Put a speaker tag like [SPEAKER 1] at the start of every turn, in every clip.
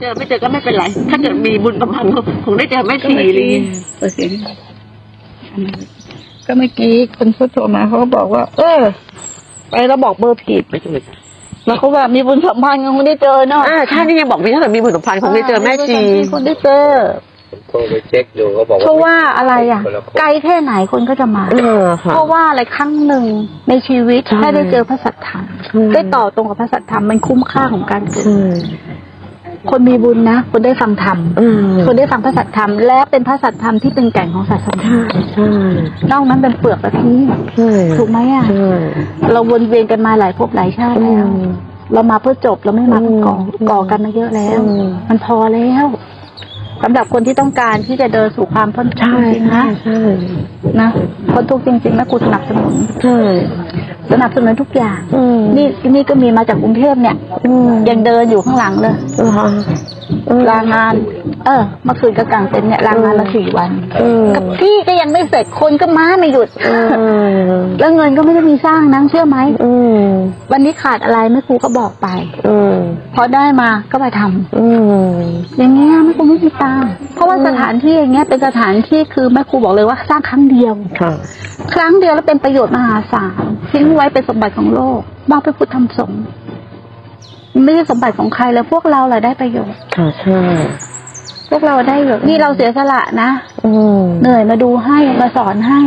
[SPEAKER 1] เจอไม่เจอก็ไม่เป็นไร ถ้าเกิดมีบุญประพันธ์ก็คงได้เจอแม่ชี
[SPEAKER 2] ก็
[SPEAKER 1] อะไร
[SPEAKER 2] เมื่อ
[SPEAKER 1] เงี้
[SPEAKER 2] กี้
[SPEAKER 1] ย
[SPEAKER 2] เปิดเสียงอันนั้นก็เมื่อกี้คนพูดโทรมาเขาก็บอกว่า เออ ไปแล้วบอกเบอร์ผิด
[SPEAKER 1] ไม่ถูก
[SPEAKER 2] แล้วเขาว่ามีบุญสัมพันธ์ยังไม่ได้เจอเนาะ
[SPEAKER 1] อ่าใช่นี่ยังบอกมีถ้าเกิดมีบุญประพันธ์คงได้เจอแม่ชี
[SPEAKER 2] คนได้เจอ
[SPEAKER 3] โทรไปเช็คดูเขาบอก
[SPEAKER 2] เพ
[SPEAKER 3] ว่า
[SPEAKER 2] ราะว่าอะไรอ่ะ
[SPEAKER 3] คนละคน
[SPEAKER 2] ไกลแค่ไหนคนก็จะมา
[SPEAKER 1] เออค่ะ
[SPEAKER 2] เพราะว่าอะไรครั้งหนึ่งในชีวิต
[SPEAKER 1] ใช่
[SPEAKER 2] ถ้าได้เจอพระสัทธรรม
[SPEAKER 1] ใช่
[SPEAKER 2] ได้ต่อตรงกับพระสัทธรรมมันคุ้มค่าของการเกิด
[SPEAKER 1] ใช่
[SPEAKER 2] คนมีบุญนะคนได้ฟังธรรม
[SPEAKER 1] เออ
[SPEAKER 2] คนได้ฟังพระสัทธรรมและเป็นพระสัทธรรมที่เป็นแก่นของศาสนา
[SPEAKER 1] ใช่
[SPEAKER 2] นอกนั้นเป็นเปลือกกะทิ
[SPEAKER 1] ใช่
[SPEAKER 2] ถูกไหมอ่ะ
[SPEAKER 1] ใช่
[SPEAKER 2] เราวนเวียนกันมาหลายภพหลายชาติแล้ว
[SPEAKER 1] อืม
[SPEAKER 2] เรามาเพื่อจบเราไม่มาเพื่อก่อ
[SPEAKER 1] อืม
[SPEAKER 2] ก่อกันมาเยอะแล้ว
[SPEAKER 1] อืม
[SPEAKER 2] มันพอแล้วสำหรับคนที่ต้องการที่จะเดินสู่ความพ้นทุกข์
[SPEAKER 1] ใช่
[SPEAKER 2] จริงๆ
[SPEAKER 1] ใช่
[SPEAKER 2] นะ
[SPEAKER 1] ใช่
[SPEAKER 2] นะพ้นทุกข์จริงๆนะกูสนับสนุน
[SPEAKER 1] ใช่
[SPEAKER 2] สนับสนุนทุกอย่าง
[SPEAKER 1] อืม
[SPEAKER 2] นี่นี่ก็มีมาจากกรุงเทพเนี่ย
[SPEAKER 1] อืม
[SPEAKER 2] ยังเดินอยู่ข้างหลังเลย
[SPEAKER 1] เหรอคะเออ
[SPEAKER 2] ลางาน เออเมื่อคืนก็กลางเต็นท์เนี่ยลางานมาสี่วัน
[SPEAKER 1] เออ
[SPEAKER 2] กับที่ก็ยังไม่เสร็จคนก็ม้าไม่หยุด
[SPEAKER 1] เออ
[SPEAKER 2] แล้วเงินก็ไม่ได้มีสร้างนะเชื่อไหม
[SPEAKER 1] อืม
[SPEAKER 2] วันนี้ขาดอะไรแม่ครูก็บอกไป
[SPEAKER 1] อืม
[SPEAKER 2] พอได้มาก็มาทำ
[SPEAKER 1] อืม
[SPEAKER 2] อย่างเงี้ยไม่คงไม่มีตังค์เพราะว่า
[SPEAKER 1] อืม
[SPEAKER 2] สถานที่อย่างเงี้ยเป็นสถานที่คือแม่ครูบอกเลยว่าสร้างครั้งเดียว
[SPEAKER 1] ค่ะ
[SPEAKER 2] ครั้งเดียวแล้วเป็นประโยชน์มหาศาลทิ้งไว้เป็นสมบัติของโลกมอบไปพุทธธรรมสงฆ์ไม่ใช่สมบัติของใครแล้วพวกเราแหละได้ประโยชน์
[SPEAKER 1] ค่ะใช่
[SPEAKER 2] พวกเราได้อยู่นี่เราเสียสละนะ
[SPEAKER 1] อืม
[SPEAKER 2] เหนื่อยมาดูให้มาสอนให้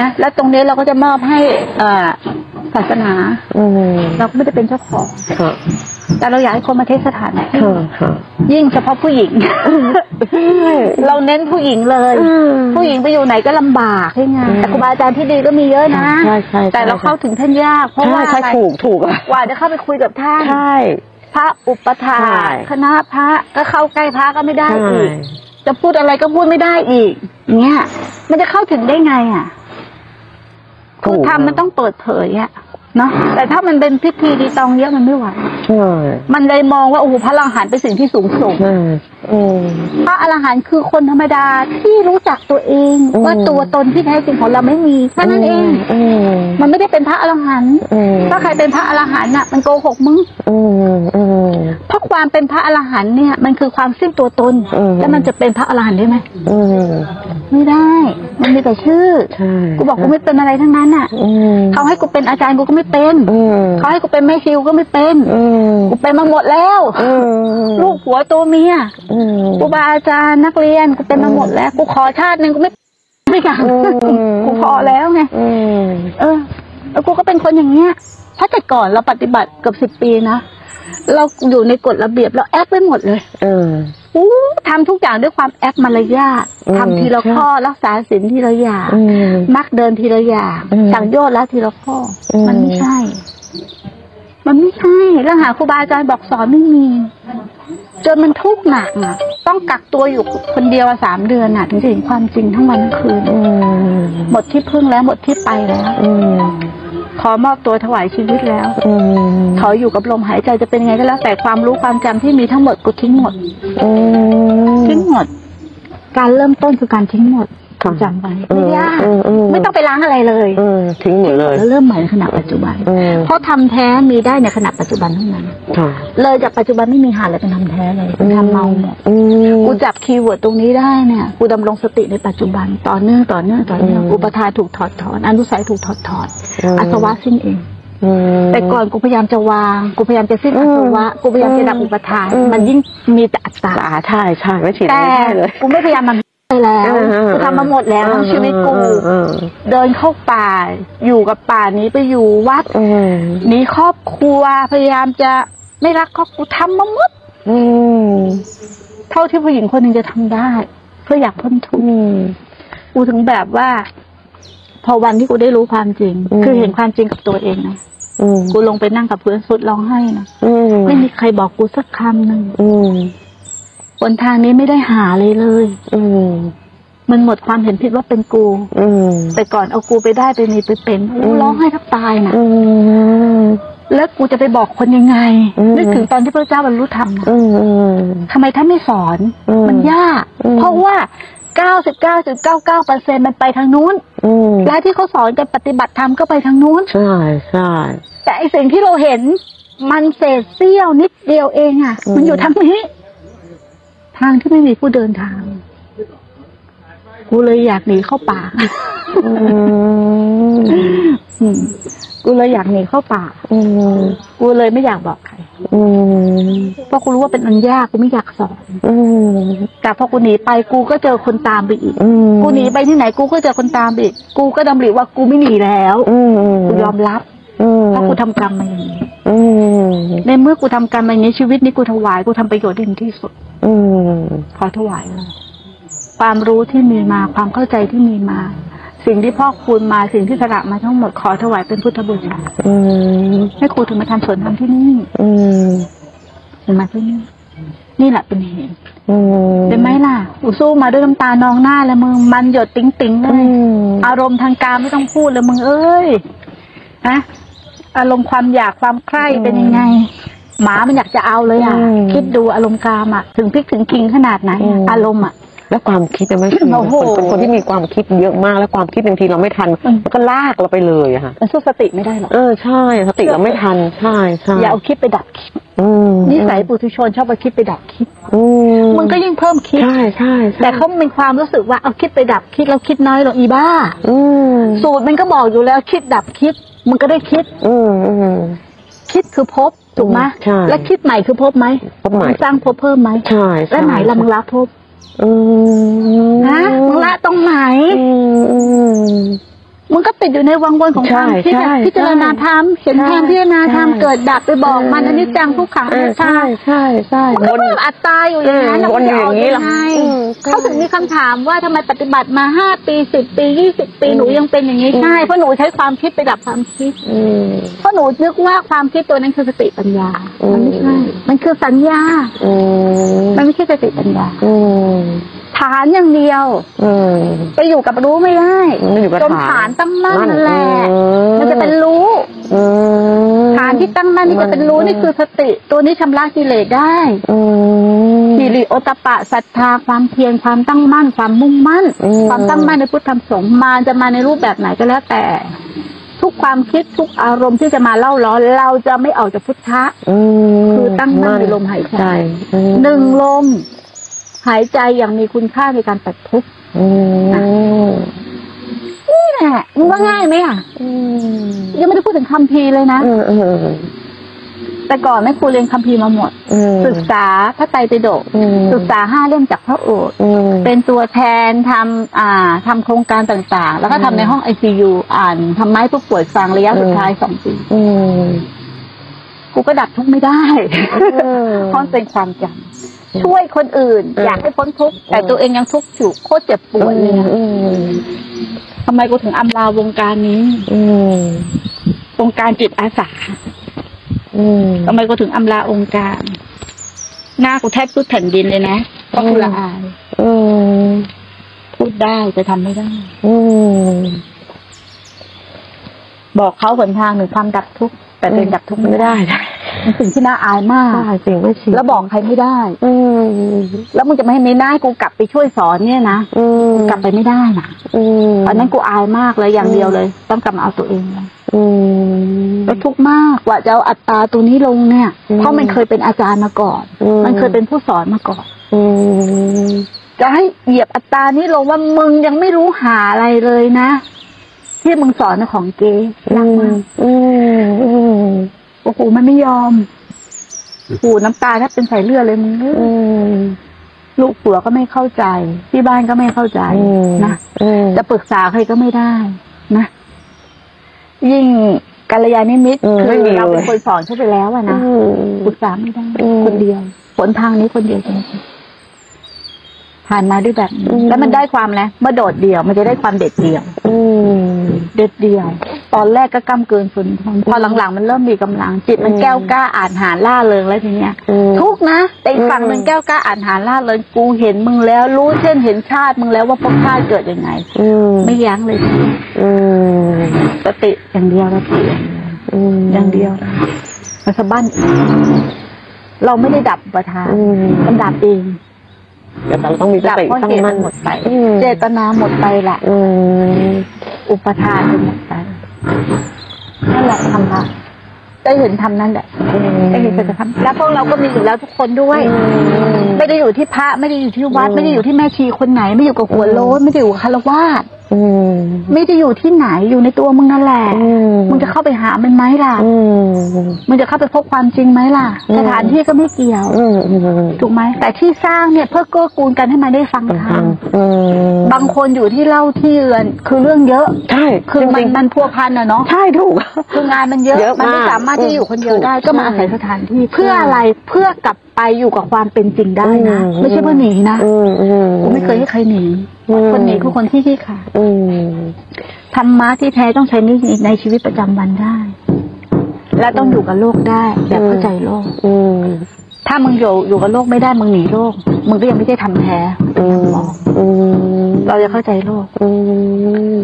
[SPEAKER 2] นะ แล้วตรงนี้เราก็จะมอบให้เอ่อศาสนา
[SPEAKER 1] อืม
[SPEAKER 2] เราก็ไม่ได้เป็นเจ้าของ
[SPEAKER 1] ค่ะ
[SPEAKER 2] แต่เราอยากให้คนมาเทศสถานที่
[SPEAKER 1] ค่ะค่ะ
[SPEAKER 2] ยิ่งเฉพาะผู้หญิง เราเน้นผู้หญิงเลย
[SPEAKER 1] อืม
[SPEAKER 2] ผู้หญิงไปอยู่ไหนก็ลำบากใช่ไง
[SPEAKER 1] อืม
[SPEAKER 2] แต่ครูบาอาจารย์ที่ดีก็มีเยอะนะ
[SPEAKER 1] ใช่ใช่ใช่
[SPEAKER 2] แต่เราเข้าถึงท่านยาก เพราะ
[SPEAKER 1] ใช่
[SPEAKER 2] ว่า
[SPEAKER 1] ใช่
[SPEAKER 2] อะไร
[SPEAKER 1] ถูกถูกอ่ะ
[SPEAKER 2] กว่าจะเข้าไปคุยกับท่าน
[SPEAKER 1] ใช่
[SPEAKER 2] พระอุปถา
[SPEAKER 1] ใช่
[SPEAKER 2] กคณะพระก็เข้าใกล้พระก็ไม่ได้
[SPEAKER 1] ใช่
[SPEAKER 2] อีก จะพูดอะไรก็พูดไม่ได้อีกอย่างเงี้ย มันจะเข้าถึงได้ไงอ่ะคื
[SPEAKER 1] ถู
[SPEAKER 2] อกทำมันต้องเปิดเผยอ่ะเนาะแต่ถ้ามันเป็นพิธีดีตองเยอะมันไม่ไหว
[SPEAKER 1] ใช่
[SPEAKER 2] มันเลยมองว่าโอ้โหพระอรหันต์เป็นสิ่งที่สูงส่ง
[SPEAKER 1] ใช่อืม
[SPEAKER 2] พระอรหันต์คือคนธรรมดาที่รู้จักตัวเอง
[SPEAKER 1] อืม
[SPEAKER 2] ว่าตัวตนที่แท้จริงของเราไม่มีแค่นั้นเอง
[SPEAKER 1] อืม
[SPEAKER 2] มันไม่ได้เป็นพระอรหันต์
[SPEAKER 1] อืม
[SPEAKER 2] ถ้าใครเป็นพระอรหันต์น่ะ มันโกหกมึง
[SPEAKER 1] อืมอืม
[SPEAKER 2] เพราะความเป็นพระอรหันต์เนี่ย มันคือความสิ้นตัวตน
[SPEAKER 1] อืม
[SPEAKER 2] แล้วมันจะเป็นพระอรหันต์ได้ไหม
[SPEAKER 1] อืม
[SPEAKER 2] ไม่ได้ มันมีแต่ชื่อ
[SPEAKER 1] ใช่
[SPEAKER 2] กูบอกกูไม่เป็นอะไรทั้งนั้นอ่ะ
[SPEAKER 1] อืม
[SPEAKER 2] เขาให้กูเป็นอาจารย์กูก็ไม่เป็น
[SPEAKER 1] อืม
[SPEAKER 2] เขาให้กูเป็นแม่ชีกูก็ไม่เป็น
[SPEAKER 1] อืม
[SPEAKER 2] กูเป็นมาหมดแล้ว
[SPEAKER 1] อืม
[SPEAKER 2] ลูกผัวตัวเมีย
[SPEAKER 1] อืม
[SPEAKER 2] กูบาอาจารย์นักเรียนกูเป็นมาหมดแล้ว กูขอชาติหนึ่งกูไม่ไม่อยากกูพอแล้วไง
[SPEAKER 1] อืม
[SPEAKER 2] เออแล้วกูก็เป็นคนอย่างเงี้ย ถ้าแต่ก่อนเราปฏิบัติเกือบสิบปีนะ เราอยู่ในกฎระเบียบเราแอปไปหมดเลย
[SPEAKER 1] เออ
[SPEAKER 2] อู้ทำทุกอย่างด้วยความแอปมารยาท
[SPEAKER 1] อืม
[SPEAKER 2] ทำทีละข้อรักษาศีลทีละอย่าง
[SPEAKER 1] อืม
[SPEAKER 2] มักเดินทีละอย่าง
[SPEAKER 1] อืม
[SPEAKER 2] สังโยชน์ละทีละข้ออ
[SPEAKER 1] ม
[SPEAKER 2] มันไม่ใช่ มันไม่ใช่ แล้วหาครูบาอาจารย์บอกสอนไม่มี จนมันทุกข์หนักอะต้องกักตัวอยู่คนเดียวอะสามเดือนน่ะ ถึงจะเห็นความจริงทั้งวันทั้งคืน
[SPEAKER 1] อืม
[SPEAKER 2] หมดที่พึ่งแล้วหมดที่ไปแล้ว
[SPEAKER 1] อืม
[SPEAKER 2] ขอมอบตัวถวายชีวิตแล้ว
[SPEAKER 1] อืม
[SPEAKER 2] ขออยู่กับลมหายใจจะเป็นยังไงก็แล้ว แต่ความรู้ความจำที่มีทั้งหมดกูทิ้งหมด
[SPEAKER 1] อืม
[SPEAKER 2] ทิ้งหมด การเริ่มต้นคือการทิ้งหมด
[SPEAKER 1] ค่ะ
[SPEAKER 2] จำไว้
[SPEAKER 1] อื
[SPEAKER 2] ไม่
[SPEAKER 1] ม
[SPEAKER 2] ยาก
[SPEAKER 1] อืมอืม
[SPEAKER 2] ไม่ต้องไปล้างอะไรเลย
[SPEAKER 1] อืมทิ้งหมดเลย
[SPEAKER 2] แล้วเริ่มใหม่ในขณะปัจจุบัน
[SPEAKER 1] อืม
[SPEAKER 2] เพราะทำแท้มีได้ในขณะปัจจุบันเท่านั้น
[SPEAKER 1] ค่ะ
[SPEAKER 2] เลยจากปัจจุบันไม่มีหาอะไรเป็นทำแท้เลยเป็นทำเมาหมด
[SPEAKER 1] อืม
[SPEAKER 2] กูจับคีย์เวิร์ดตรงนี้ได้เนี่ย กูดำรงสติในปัจจุบัน ต่อเนื่องต่อเนื่องต่อเนื่อง
[SPEAKER 1] อืม
[SPEAKER 2] อุปทานถูกถอดถอนอนุสัยถูกถอดถอน
[SPEAKER 1] อืม
[SPEAKER 2] อาสวะสิ้นเอง
[SPEAKER 1] อืม
[SPEAKER 2] แต่ก่อนกูพยายามจะวาง กูพยายามจะสิ้นอาสวะ
[SPEAKER 1] อืม
[SPEAKER 2] กูพยายามจะดับอุปทาน
[SPEAKER 1] อืม
[SPEAKER 2] มันยิ่งมีแต่อัตตา
[SPEAKER 1] อ่าใช่ใช่ไม่ฉีด
[SPEAKER 2] แต่
[SPEAKER 1] ไม่ได้เลย
[SPEAKER 2] กูไม่พยายามมันไปแล้ว
[SPEAKER 1] อ่าๆๆ
[SPEAKER 2] กูทำมาหมดแล้วทั้งชีวิตกู
[SPEAKER 1] อืม
[SPEAKER 2] เดินเข้าป่า อยู่กับป่านี้ไปอยู่วัด
[SPEAKER 1] อืม
[SPEAKER 2] หนีครอบครัวพยายามจะไม่รักครอบครัวทำมาหมด
[SPEAKER 1] อืม
[SPEAKER 2] เท่าที่ผู้หญิงคนหนึ่งจะทำได้ เพื่ออยากพ้นทุกข์
[SPEAKER 1] อืม
[SPEAKER 2] กูถึงแบบว่า พอวันที่กูได้รู้ความจริง
[SPEAKER 1] อืม
[SPEAKER 2] คือเห็นความจริงกับตัวเองนะ
[SPEAKER 1] อืม
[SPEAKER 2] กูลงไปนั่งกับพื้นสุดร้องไห้นะ
[SPEAKER 1] อืม
[SPEAKER 2] ไม่มีใครบอกกูสักคำหนึ่ง
[SPEAKER 1] อืม
[SPEAKER 2] บนทางนี้ไม่ได้หาเลยเลย
[SPEAKER 1] อืม
[SPEAKER 2] มันหมดความเห็นผิดว่าเป็นกู
[SPEAKER 1] อืม
[SPEAKER 2] แต่ก่อนเอากูไปได้ไปมีไปเป็นโอ้
[SPEAKER 1] อืม
[SPEAKER 2] ร้องไห้แทับตายนะ
[SPEAKER 1] อืม
[SPEAKER 2] แล้วกูจะไปบอกคนยังไง
[SPEAKER 1] อืม
[SPEAKER 2] นึกถึงตอนที่พระเจ้าบรรลุธรรมนะ
[SPEAKER 1] อืมอืม
[SPEAKER 2] ทำไมท่านไม่สอน
[SPEAKER 1] อืม
[SPEAKER 2] มันยาก
[SPEAKER 1] อืม
[SPEAKER 2] เพราะว่า 99.99%มันไปทางนู้น
[SPEAKER 1] อืม
[SPEAKER 2] และที่เขาสอนกันปฏิบัติธรรมก็ไปทางนู้น
[SPEAKER 1] ใช่ใช่
[SPEAKER 2] แต่ไอสิ่งที่เราเห็น มันเศษเสี้ยวนิดเดียวเองอ่ะ
[SPEAKER 4] อืม
[SPEAKER 2] มันอยู่ทางนี้ ทางที่ไม่มีผู้เดินทาง กูเลยอยากหนีเข้า ป่า
[SPEAKER 4] อืม
[SPEAKER 2] อืมกูเลยอยากหนีเข้าป่า
[SPEAKER 4] อืม
[SPEAKER 2] กูเลยไม่อยากบอกใคร
[SPEAKER 4] อืม
[SPEAKER 2] เพราะกูรู้ว่าเป็นอันยากกูไม่อยากสอน
[SPEAKER 4] อืม
[SPEAKER 2] แต่พอกูหนีไปกูก็เจอคนตามไปอีก
[SPEAKER 4] อืม
[SPEAKER 2] กูหนีไปที่ไหนกูก็เจอคนตามไปอีก กูก็ดำริว่ากูไม่หนีแล้ว
[SPEAKER 4] อืม
[SPEAKER 2] กูยอมรับ
[SPEAKER 4] อืม
[SPEAKER 2] เพราะกูทำกรรมมาอย่างนี้
[SPEAKER 4] อืม
[SPEAKER 2] ในเมื่อกูทำกรรมมาอย่างนี้ชีวิตนี้กูถวายกูทำประโยชน์ได้ถึงที่สุด
[SPEAKER 4] อืม
[SPEAKER 2] ขอถวายเลยความรู้ที่มีมาความเข้าใจที่มีมา สิ่งที่พ่อคูณมาสิ่งที่สละมาทั้งหมดขอถวายเป็นพุทธบูชา
[SPEAKER 4] อืม
[SPEAKER 2] ให้ครูถึงมาทำสวนทำที่นี่
[SPEAKER 4] อืม
[SPEAKER 2] ถึงมาที่นี่นี่แหละเป็นเหตุ
[SPEAKER 4] อืม
[SPEAKER 2] เป็นไหมล่ะอูสู้มาด้วยน้ำตานองหน้าแล้วมึงมันหยดติ๋งติ๋งๆเล
[SPEAKER 4] อื
[SPEAKER 2] ย
[SPEAKER 4] ม
[SPEAKER 2] อารมณ์ทางการไม่ต้องพูดเลยมึงเอ้ยนะอารมณ์ความอยากความใคร่เป็นยังไง หมามันอยากจะเอาเลยอ่ะ คิดดูอารมณ์กามอ่ะ ถึงพริกถึงคิงขนาดไหนอะอารมณ์อ่ะ
[SPEAKER 4] แล้วความคิดเนี่ยมัน
[SPEAKER 2] โอ้โห
[SPEAKER 4] คนคนที่มีความคิดเยอะมาก แล้วความคิดบางทีเราไม่ทัน
[SPEAKER 2] อืม
[SPEAKER 4] มันก็ลากเราไปเลยอะค่ะ
[SPEAKER 2] มันสู้สติไม่ได้หรอก
[SPEAKER 4] เออใช่สติเราไม่ทันใช่ใช่
[SPEAKER 2] อย่าเอาคิดไปดับคิด
[SPEAKER 4] อืม
[SPEAKER 2] นิสัยปุถุชนชอบเอาคิดไปดับคิด
[SPEAKER 4] อื
[SPEAKER 2] มึงก็ยิ่งเพิ่มคิด
[SPEAKER 4] ใช่ใช่ใช่
[SPEAKER 2] แต่เขาเป็นความรู้สึกว่าเอาคิดไปดับคิดแล้วคิดน้อยลงอีบ้า
[SPEAKER 4] อืม
[SPEAKER 2] สูตรมันก็บอกอยู่แล้วคิดดับคิด มันก็ได้คิด
[SPEAKER 4] อืมอืม
[SPEAKER 2] คิดคือภพบถูกไหม
[SPEAKER 4] อืมใช่
[SPEAKER 2] แล้วคิดใหม่คือภพบไหม
[SPEAKER 4] ภพใหม่
[SPEAKER 2] งสร้างภพบเพิ่มไหม
[SPEAKER 4] ใช่ใช่
[SPEAKER 2] แล้วไหนละมึงละภพบ
[SPEAKER 4] อืม
[SPEAKER 2] นะมึงละตรงไหน
[SPEAKER 4] อืมอืม
[SPEAKER 2] มึงก็ติดอยู่ในวังวนของค
[SPEAKER 4] ใช่
[SPEAKER 2] วามคิดอะ
[SPEAKER 4] ใช่
[SPEAKER 2] พิจารณาธรรมเห็น
[SPEAKER 4] ใช่
[SPEAKER 2] ทางพิจารณาธรรม
[SPEAKER 4] ใช่
[SPEAKER 2] เกิดดับไปบอกมันอนิจจังทุกขังอ
[SPEAKER 4] เอ
[SPEAKER 2] นั
[SPEAKER 4] อ
[SPEAKER 2] ตตา
[SPEAKER 4] ใช่ใช่ใช่
[SPEAKER 2] มัน
[SPEAKER 4] ว
[SPEAKER 2] ก็
[SPEAKER 4] น
[SPEAKER 2] เพิ่มอัตราอยู่อย่างนั้น
[SPEAKER 4] เออวนอยู่อย่างนี้เหรอ
[SPEAKER 2] มัจะเไ
[SPEAKER 4] อืมใช่
[SPEAKER 2] เขาถึงมีคำถามว่าทำไมปฏิบัติมาห้าปีสิบปียี่สิบปี
[SPEAKER 4] อืม
[SPEAKER 2] หนูยังเป็นอย่างนี้
[SPEAKER 4] อืม
[SPEAKER 2] ใช่ เพราะหนูใช้ความคิดไปดับความคิด
[SPEAKER 4] อืม
[SPEAKER 2] เพราะหนูนึกว่าความคิดตัวนั้นคือสติปัญญา
[SPEAKER 4] อืม
[SPEAKER 2] มันไม่ใช่มันคือสัญญา
[SPEAKER 4] อืม
[SPEAKER 2] มันไม่ใช่สติปัญญา
[SPEAKER 4] อืม
[SPEAKER 2] ฐานอย่างเดียว
[SPEAKER 4] อืม
[SPEAKER 2] ไปอยู่กับรู้ไม่ได้
[SPEAKER 4] มันอยู่กับ
[SPEAKER 2] จน
[SPEAKER 4] ฐา
[SPEAKER 2] ฐาน นตั้งมั่นนั่นแหละ
[SPEAKER 4] อืม
[SPEAKER 2] มันจะเป็นรู้
[SPEAKER 4] อืม
[SPEAKER 2] ฐานที่ตั้งมั่นนี่จะเป็นรู้นี่คือสติ ตัวนี้ชำระกิเลสได้
[SPEAKER 4] อืม
[SPEAKER 2] สิริโอตปะศรัทธาความเพียรความตั้งมั่น ความมุ่งมั่น
[SPEAKER 4] อืม
[SPEAKER 2] ความตั้งมั่นในพุทธธรรมสงฆ์มารจะมาในรูปแบบไหนก็แล้วแต่ ทุกความคิดทุกอารมณ์ที่จะมาเล่าร้อนเราจะไม่ออกจากพุทธะ
[SPEAKER 4] อืม
[SPEAKER 2] คือตั้งมั่นในลมหายใจ
[SPEAKER 4] ช่อืม
[SPEAKER 2] หนึ่งลม หายใจอย่างมีคุณค่าในการตัดทุกข์
[SPEAKER 4] อืม
[SPEAKER 2] นี่แหละมึงว่าง่ายไหมอ่ะ
[SPEAKER 4] อืม
[SPEAKER 2] ยังไม่ได้พูดถึงคัมภีร์เลยนะ
[SPEAKER 4] เออเออเออ
[SPEAKER 2] แต่ก่อนแม่ครูเรียนคัมภีร์มาหมด
[SPEAKER 4] อืม
[SPEAKER 2] ศึกษาพระไตรปิฎก
[SPEAKER 4] อืม
[SPEAKER 2] ศึกษาห้าเล่มจากพระโอษฐ
[SPEAKER 4] อืม
[SPEAKER 2] เป็นตัวแทนทำอ่าทำโครงการต่างๆ แล้วก็ทำในห้องไอซียูอ่านทำไม้ผู้ป่วยฟังระยะสุดท้ายสองปี
[SPEAKER 4] อืม
[SPEAKER 2] กูก็ดับทุกข์ไม่ได้
[SPEAKER 4] อืม
[SPEAKER 2] เพราะมันเป็นความจำช่วยคนอื่น
[SPEAKER 4] อืม
[SPEAKER 2] อยากให้พ้นทุกข์แต่ตัวเองยังทุกข์อยู่โคตรเจ็บปวดเลยนะ
[SPEAKER 4] อืม
[SPEAKER 2] ทำไมกูถึงอำลาวงการนี้
[SPEAKER 4] อืม
[SPEAKER 2] วงการจิตอาสา
[SPEAKER 4] อืม
[SPEAKER 2] ทำไมกูถึงอำลาองค์การ หน้ากูแทบพูดแผ่นดินเลยนะเพราะกูละอาย
[SPEAKER 4] อืม
[SPEAKER 2] พูดได้แต่ทำไม่ได้
[SPEAKER 4] อืม
[SPEAKER 2] บอกเขาหนทางหนึ่งความดับทุกข์แต่ตัวเองดับทุกข์ไม่ได้ เป็นสิ่งที่น่าอายมาก
[SPEAKER 4] ใช่จริงไม่จริง
[SPEAKER 2] แล้วบอกใครไม่ได้
[SPEAKER 4] อืม
[SPEAKER 2] แล้วมึงจะไม่ให้ไม่ได้กูกลับไปช่วยสอนเนี่ยนะ
[SPEAKER 4] อืม
[SPEAKER 2] กูกลับไปไม่ได้นะ
[SPEAKER 4] อืม
[SPEAKER 2] ตอนนั้นกูอายมากเลยอย่างเดียวเลย ต้องกลับมาเอาตัวเองเลย
[SPEAKER 4] อืม
[SPEAKER 2] แล้วทุกข์มากกว่าจะเอาอัตราตัวนี้ลงเนี่ย
[SPEAKER 4] อืม
[SPEAKER 2] เพราะมันเคยเป็นอาจารย์มาก่อน
[SPEAKER 4] อืม
[SPEAKER 2] มันเคยเป็นผู้สอนมาก่อน
[SPEAKER 4] อืม
[SPEAKER 2] จะให้เหยียบอัตรานี้ลงว่ามึงยังไม่รู้หาอะไรเลยนะ ที่มึงสอนนะของเก๋รักมาก
[SPEAKER 4] อืมอืม
[SPEAKER 2] โอ้โห มันไม่ยอมโอ้โหน้ำตาแทบเป็นสายเลือดเลยมึงเอ้ย
[SPEAKER 4] อืม
[SPEAKER 2] ลูกผัวก็ไม่เข้าใจ ที่บ้านก็ไม่เข้าใจ
[SPEAKER 4] อืม
[SPEAKER 2] นะ
[SPEAKER 4] อืม
[SPEAKER 2] จะปรึกษาใครก็ไม่ได้นะ ยิ่งกัลยาณมิตร
[SPEAKER 4] เออ
[SPEAKER 2] คื
[SPEAKER 4] ไม่มี
[SPEAKER 2] อเรา
[SPEAKER 4] เลย
[SPEAKER 2] เป็นคนสอนเขาไปแล้วอะ
[SPEAKER 4] อื
[SPEAKER 2] นะ
[SPEAKER 4] ม
[SPEAKER 2] ปรึกษาไม่ได้
[SPEAKER 4] อืม
[SPEAKER 2] คนเดียวผลทางนี้คนเดียวจริงๆผ่านมาด้วยแบบนี้
[SPEAKER 4] อืม
[SPEAKER 2] แล้วมันได้ความนะเมื่อโดดเดี่ยวมันจะได้ความเด็ดเดี่ยว
[SPEAKER 4] อืม
[SPEAKER 2] เด็ดเดี่ยว ตอนแรกก็กำเกินสุนทรพอหลังๆ มันเริ่มมีกำลัง จิตมัน
[SPEAKER 4] อืม
[SPEAKER 2] แก้วกล้าอ่านหาล่าเริงแล้วทีเนี้ย
[SPEAKER 4] อืม
[SPEAKER 2] ทุกข์นะแต่อีกฝั่งหนึ่ง
[SPEAKER 4] อืม
[SPEAKER 2] แก้วกล้าอ่านหาล่าเริงกูเห็นมึงแล้ว รู้เช่นเห็นชาติมึงแล้วว่าพวกชาติเกิดยังไง
[SPEAKER 4] ืม
[SPEAKER 2] ไม่ยั้งเลย
[SPEAKER 4] อืม
[SPEAKER 2] สติอย่างเดียวสติ
[SPEAKER 4] อืม
[SPEAKER 2] อย่างเดียวมันสะบั้นเราไม่ได้ดับอุประทาน
[SPEAKER 4] อืม
[SPEAKER 2] มันดับเอง
[SPEAKER 4] แต่เราต้องมีส
[SPEAKER 2] ดับ
[SPEAKER 4] ติ
[SPEAKER 2] เพราะ
[SPEAKER 4] ตั้
[SPEAKER 2] เห
[SPEAKER 4] ง
[SPEAKER 2] ตุมั
[SPEAKER 4] มั่
[SPEAKER 2] น นหมดไป
[SPEAKER 4] อืม
[SPEAKER 2] เจตนาหมดไปแหละ
[SPEAKER 4] อืม
[SPEAKER 2] อุปทานมันหมดไปนั่นแหละธรรมะ ได้เห็นทำนั่นแหละได้เห็นสัจธรรมแล้วพวกเราก็มีอยู่แล้วทุกคนด้วย ไม่ได้อยู่ที่พระไม่ได้อยู่ที่วัด
[SPEAKER 4] อืม
[SPEAKER 2] ไม่ได้อยู่ที่แม่ชีคนไหน ไม่อยู่กับหัวโล้นไม่ได้อยู่กับคารวาส
[SPEAKER 4] อืม
[SPEAKER 2] ไม่ได้อยู่ที่ไหนอยู่ในตัวมึงนั่นแหละ
[SPEAKER 4] อืม
[SPEAKER 2] มึงจะเข้าไปหามันไหมล่ะ
[SPEAKER 4] อืม
[SPEAKER 2] มึงจะเข้าไปพบความจริงไหมล่ะ
[SPEAKER 4] อืม
[SPEAKER 2] สถานที่ก็ไม่เกี่ยว
[SPEAKER 4] อืมอืม
[SPEAKER 2] ถูกไหมแต่ที่สร้างเนี่ยเพื่อเกื้อกูลกันให้มันได้ฟังธรรม
[SPEAKER 4] อืม
[SPEAKER 2] บางคนอยู่ที่เล่าที่เยือนคือเรื่องเยอะ
[SPEAKER 4] ใช่
[SPEAKER 2] คือมัน
[SPEAKER 4] จริงๆ
[SPEAKER 2] มันพัวพันอะเนาะ
[SPEAKER 4] ใช่ถูก
[SPEAKER 2] คืองานมันเยอะ
[SPEAKER 4] เยอะ
[SPEAKER 2] มั
[SPEAKER 4] มาก
[SPEAKER 2] ไม่สามารถที่จะอยู่คนเดียวได้
[SPEAKER 4] ถูก
[SPEAKER 2] ก็มาอาศัยสถานที่ เพื่ออะไรเพื่อกลับไปอยู่กับความเป็นจริงได้นะ
[SPEAKER 4] อืม
[SPEAKER 2] ไม่ใช่ว่าหนีนะ
[SPEAKER 4] อืมอืม
[SPEAKER 2] ผมไม่เคยให้ใครหนี
[SPEAKER 4] อืม
[SPEAKER 2] คนหนีคือคนที่ขี้ขลาด
[SPEAKER 4] อืม
[SPEAKER 2] ธรรมะที่แท้ต้องใช้ในในชีวิตประจำวันได้ และต้องอยู่กับโลกได้แบบเข้าใจโลก
[SPEAKER 4] อืม
[SPEAKER 2] ถ้ามึงอยู่อยู่กับโลกไม่ได้มึงหนีโลก มึงก็ยังไม่ได้ทำแท้
[SPEAKER 4] อืมอืม
[SPEAKER 2] เราจะเข้าใจโลก
[SPEAKER 4] อืม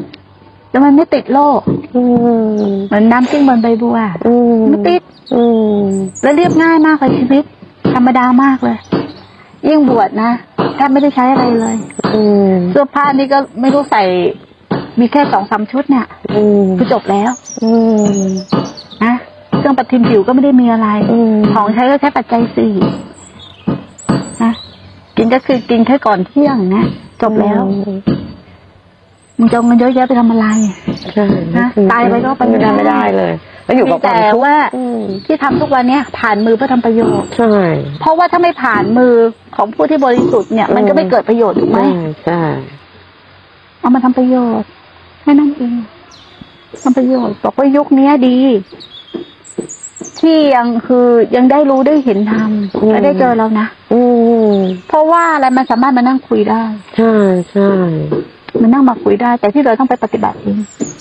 [SPEAKER 2] แล้วมันไม่ติดโลก
[SPEAKER 4] อืม
[SPEAKER 2] เหมือนน้ำกิ้งบนใบบัว
[SPEAKER 4] อืม
[SPEAKER 2] ไม่ติด
[SPEAKER 4] อืม
[SPEAKER 2] และเรียบง่ายมากเลยชีวิต ธรรมดามากเลยยิ่งบวชนะแทบไม่ได้ใช้อะไรเลย
[SPEAKER 4] อืม
[SPEAKER 2] เสื้อผ้านี่ก็ไม่รู้ใส่ มีแค่สองสามชุดเนี่ย
[SPEAKER 4] อืม
[SPEAKER 2] คือจบแล้ว
[SPEAKER 4] อืม
[SPEAKER 2] นะเครื่องปรับทิมผิวก็ไม่ได้มีอะไร
[SPEAKER 4] อืม
[SPEAKER 2] ของใช้ก็แค่ปัจจัยสี่นะกินก็คือกินแค่ก่อนเที่ยงนะจบแล้วมึงจะเอาเงินเยอะแยะไปทำอะไร
[SPEAKER 4] ใช่
[SPEAKER 2] นะตายไปก็ไปไม่
[SPEAKER 4] ไม่
[SPEAKER 2] ได้
[SPEAKER 4] ได้ไม่ได้เลยแล้วอยู่กับค
[SPEAKER 2] แต่
[SPEAKER 4] วามทุกข์
[SPEAKER 2] ว่า
[SPEAKER 4] อืม
[SPEAKER 2] ที่ทำทุกวันเนี้ยผ่านมือเพื่อทำประโยชน์
[SPEAKER 4] ใช่
[SPEAKER 2] เพราะว่าถ้าไม่ผ่านมือของผู้ที่บริสุทธิ์เนี่ย มันก็ไม่เกิดประโยชน์ถูกไหม
[SPEAKER 4] ใช่ใช่
[SPEAKER 2] เอามาทำประโยชน์แค่นั้นเองทำประโยชน์บอกว่ายุคเนี้ยดี ที่ยังคือยังได้รู้ได้เห็นทำและได้เจอเรานะ
[SPEAKER 4] อืม
[SPEAKER 2] เพราะว่าอะไรมันสามารถมานั่งคุยได้
[SPEAKER 4] ใช่ใช่
[SPEAKER 2] มันนั่งมาคุยได้ แต่ที่เราต้องไปปฏิบัติเอง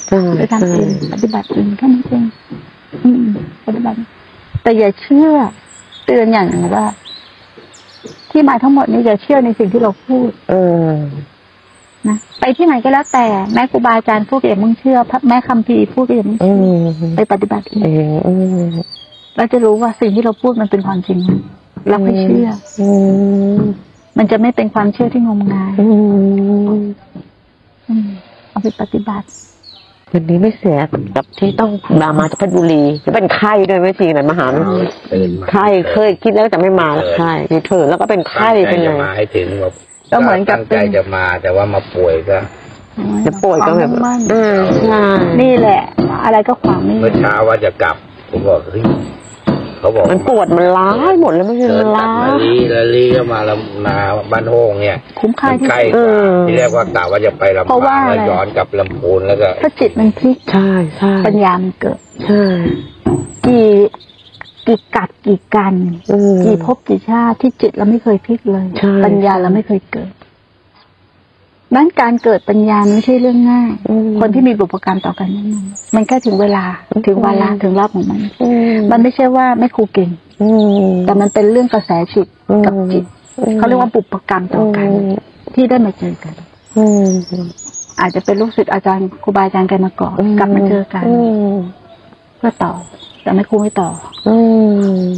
[SPEAKER 4] ใช่
[SPEAKER 2] ไปทำ
[SPEAKER 4] ใช่
[SPEAKER 2] เองปฏิบัติเองแค่นั้นเองอืมปฏิบัติ แต่อย่าเชื่อ เตือนอย่างหนึ่งว่า ที่มาทั้งหมดนี้อย่าเชื่อในสิ่งที่เราพูด
[SPEAKER 4] เออ
[SPEAKER 2] นะไปที่ไหนก็แล้วแต่แม่ครูบาอาจารย์พูดก็อย่ามึงเชื่อพระแม่คำพีร์พูดก็อย่ามึง
[SPEAKER 4] อื
[SPEAKER 2] เชื่อ
[SPEAKER 4] ม
[SPEAKER 2] ไปปฏิบัติเอ
[SPEAKER 4] เองออืม
[SPEAKER 2] เราจะรู้ว่าสิ่งที่เราพูดมันเป็นความจริงไหมเราไม่เชื่อ
[SPEAKER 4] อืม
[SPEAKER 2] มันจะไม่เป็นความเชื่อที่งมงาย
[SPEAKER 4] อืม
[SPEAKER 2] อืมเอาไปปฏิบัติ
[SPEAKER 4] วันนี้ไม่เสียกับที่ต้องมามาจากเพชรบุรีจะเป็นไข้ด้วยไหมทีไหนมาหาไหม
[SPEAKER 3] ตื่นมา
[SPEAKER 4] ไข้เคยคิดแล้วแต่ไม่มาแล้วไข้มีเผื่อแล้วก็เป็นไข้ไปเล
[SPEAKER 3] ตั้งใจจะ
[SPEAKER 4] ย
[SPEAKER 3] มาให้ถึงแบบ
[SPEAKER 2] ก็เหมือนกับ
[SPEAKER 3] ตั้งใจจะมาแต่ว่ามาป่วยก็
[SPEAKER 4] จะป่วยก็แบบ
[SPEAKER 2] ความมุ่งมั่น
[SPEAKER 4] อ่าใช่
[SPEAKER 2] นี่แหละ อะไรก็ขวางไม่อ
[SPEAKER 3] เมื่อยู่ เช้าว่าจะกลับ ผมบอกเฮ้ยเขาบอก
[SPEAKER 4] มันปวดมันล้าหมดแล้วไม่ใช่
[SPEAKER 3] เดินตัด
[SPEAKER 4] ล้า
[SPEAKER 3] มาลีแล้วลีก็มาลำนาบ้านโฮงเนี่ย
[SPEAKER 2] คุ้มค่า
[SPEAKER 3] มัน
[SPEAKER 2] ที่
[SPEAKER 3] ใกล้
[SPEAKER 2] สุด
[SPEAKER 3] กว่า
[SPEAKER 4] เออ
[SPEAKER 3] ที่แรกว่ากะว่าจะไปลำ
[SPEAKER 2] เพราะว่า
[SPEAKER 3] ปาง
[SPEAKER 2] อะไร
[SPEAKER 3] แล้วย้อนกลับลำพูนแล้วก็
[SPEAKER 2] ถ้าจิตมันพลิก
[SPEAKER 4] ใช่ใช่
[SPEAKER 2] ปัญญามันเกิด
[SPEAKER 4] ใช่
[SPEAKER 2] กี่กี่กัดกี่กัน
[SPEAKER 4] อืม
[SPEAKER 2] กี่ภพกี่ชาติที่จิตเราไม่เคยพลิกเลย
[SPEAKER 4] ใช่
[SPEAKER 2] ปัญญาเราไม่เคยเกิดนั้นการเกิดปัญญาไม่ใช่เรื่องง่าย
[SPEAKER 4] อืม
[SPEAKER 2] คนที่มีบุพการมต่อกันนั่นเองมันแค่ถึงเวลา
[SPEAKER 4] อืม
[SPEAKER 2] ถึงวาระถึงรอบของมัน
[SPEAKER 4] อื
[SPEAKER 2] มันไม่ใช่ว่าไม่ครูเก่ง
[SPEAKER 4] อืม
[SPEAKER 2] แต่มันเป็นเรื่องกระแสจิตกับจิต
[SPEAKER 4] อืม
[SPEAKER 2] เขาเรียกว่าบุพการมต่อกัน ที่ได้มาเจอกัน
[SPEAKER 4] อืม
[SPEAKER 2] อาจจะเป็นลูกศิษย์อาจารย์ครูบาอาจารย์กันมาก่อน
[SPEAKER 4] อื
[SPEAKER 2] กลับมาเจอกัน
[SPEAKER 4] อืม
[SPEAKER 2] ก็ต่อ แต่ไม่ครูไม่ต่อ
[SPEAKER 4] อืม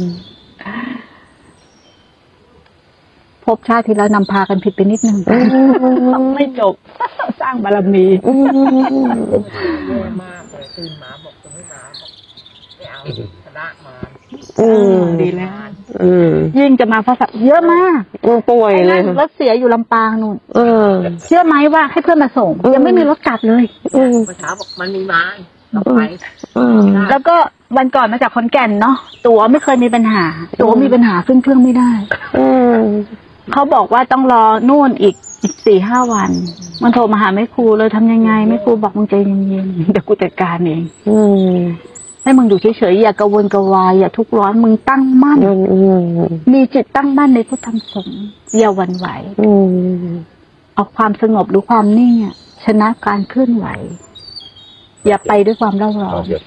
[SPEAKER 2] พบชาติที่แล้วนำพากันผิดไปนิดนึงต้องไม่จบ สร้างบารมี
[SPEAKER 4] อืมอืม
[SPEAKER 2] ดีแล้ว
[SPEAKER 4] อืม
[SPEAKER 2] ยิ่งจะมาพระสัตว์เยอะมาก
[SPEAKER 4] มันป่วย
[SPEAKER 2] ไอ้
[SPEAKER 4] เล
[SPEAKER 2] นั่
[SPEAKER 4] ย
[SPEAKER 2] นรถเสียอยู่ลำปางนู่น
[SPEAKER 4] เออ
[SPEAKER 2] เชื่อไหมว่าให้เพื่อนมาส่ง
[SPEAKER 4] อืม
[SPEAKER 2] ยังไม่มีรถกลับเลย
[SPEAKER 4] อืม
[SPEAKER 5] เมื่อเช้าบอกมันมีไม้เราไป
[SPEAKER 4] อืม
[SPEAKER 2] แล้วก็วันก่อนมาจากขอนแก่นเนาะตั๋วไม่เคยมีปัญหา ตั๋ว
[SPEAKER 4] อืม
[SPEAKER 2] มีปัญหาขึ้นเครื่องไม่ได้
[SPEAKER 4] อืม
[SPEAKER 2] เขาบอกว่าต้องรอนู่นอีกอีกสี่ห้าวัน มันโทรมาหาแม่ครูเลยทำยังไงแม่ครูบอกมึงใจเย็นๆเดี๋ยวกูจัดการเอง
[SPEAKER 4] อืม
[SPEAKER 2] ให้มึงอยู่เฉยๆอย่ากระวนกระวายอย่าทุกข์ร้อนมึงตั้งมั่น
[SPEAKER 4] อืมอืม
[SPEAKER 2] มีจิตตั้งมั่นในพุทธธรรมสงฆ์อย่าหวั่นไหว
[SPEAKER 4] อืม
[SPEAKER 2] เอาความสงบหรือความนิ่งอะชนะการเคลื่อนไหว อย่าไปด้วยความเร่าร้อ
[SPEAKER 3] เอา
[SPEAKER 2] น
[SPEAKER 3] เดี๋ยว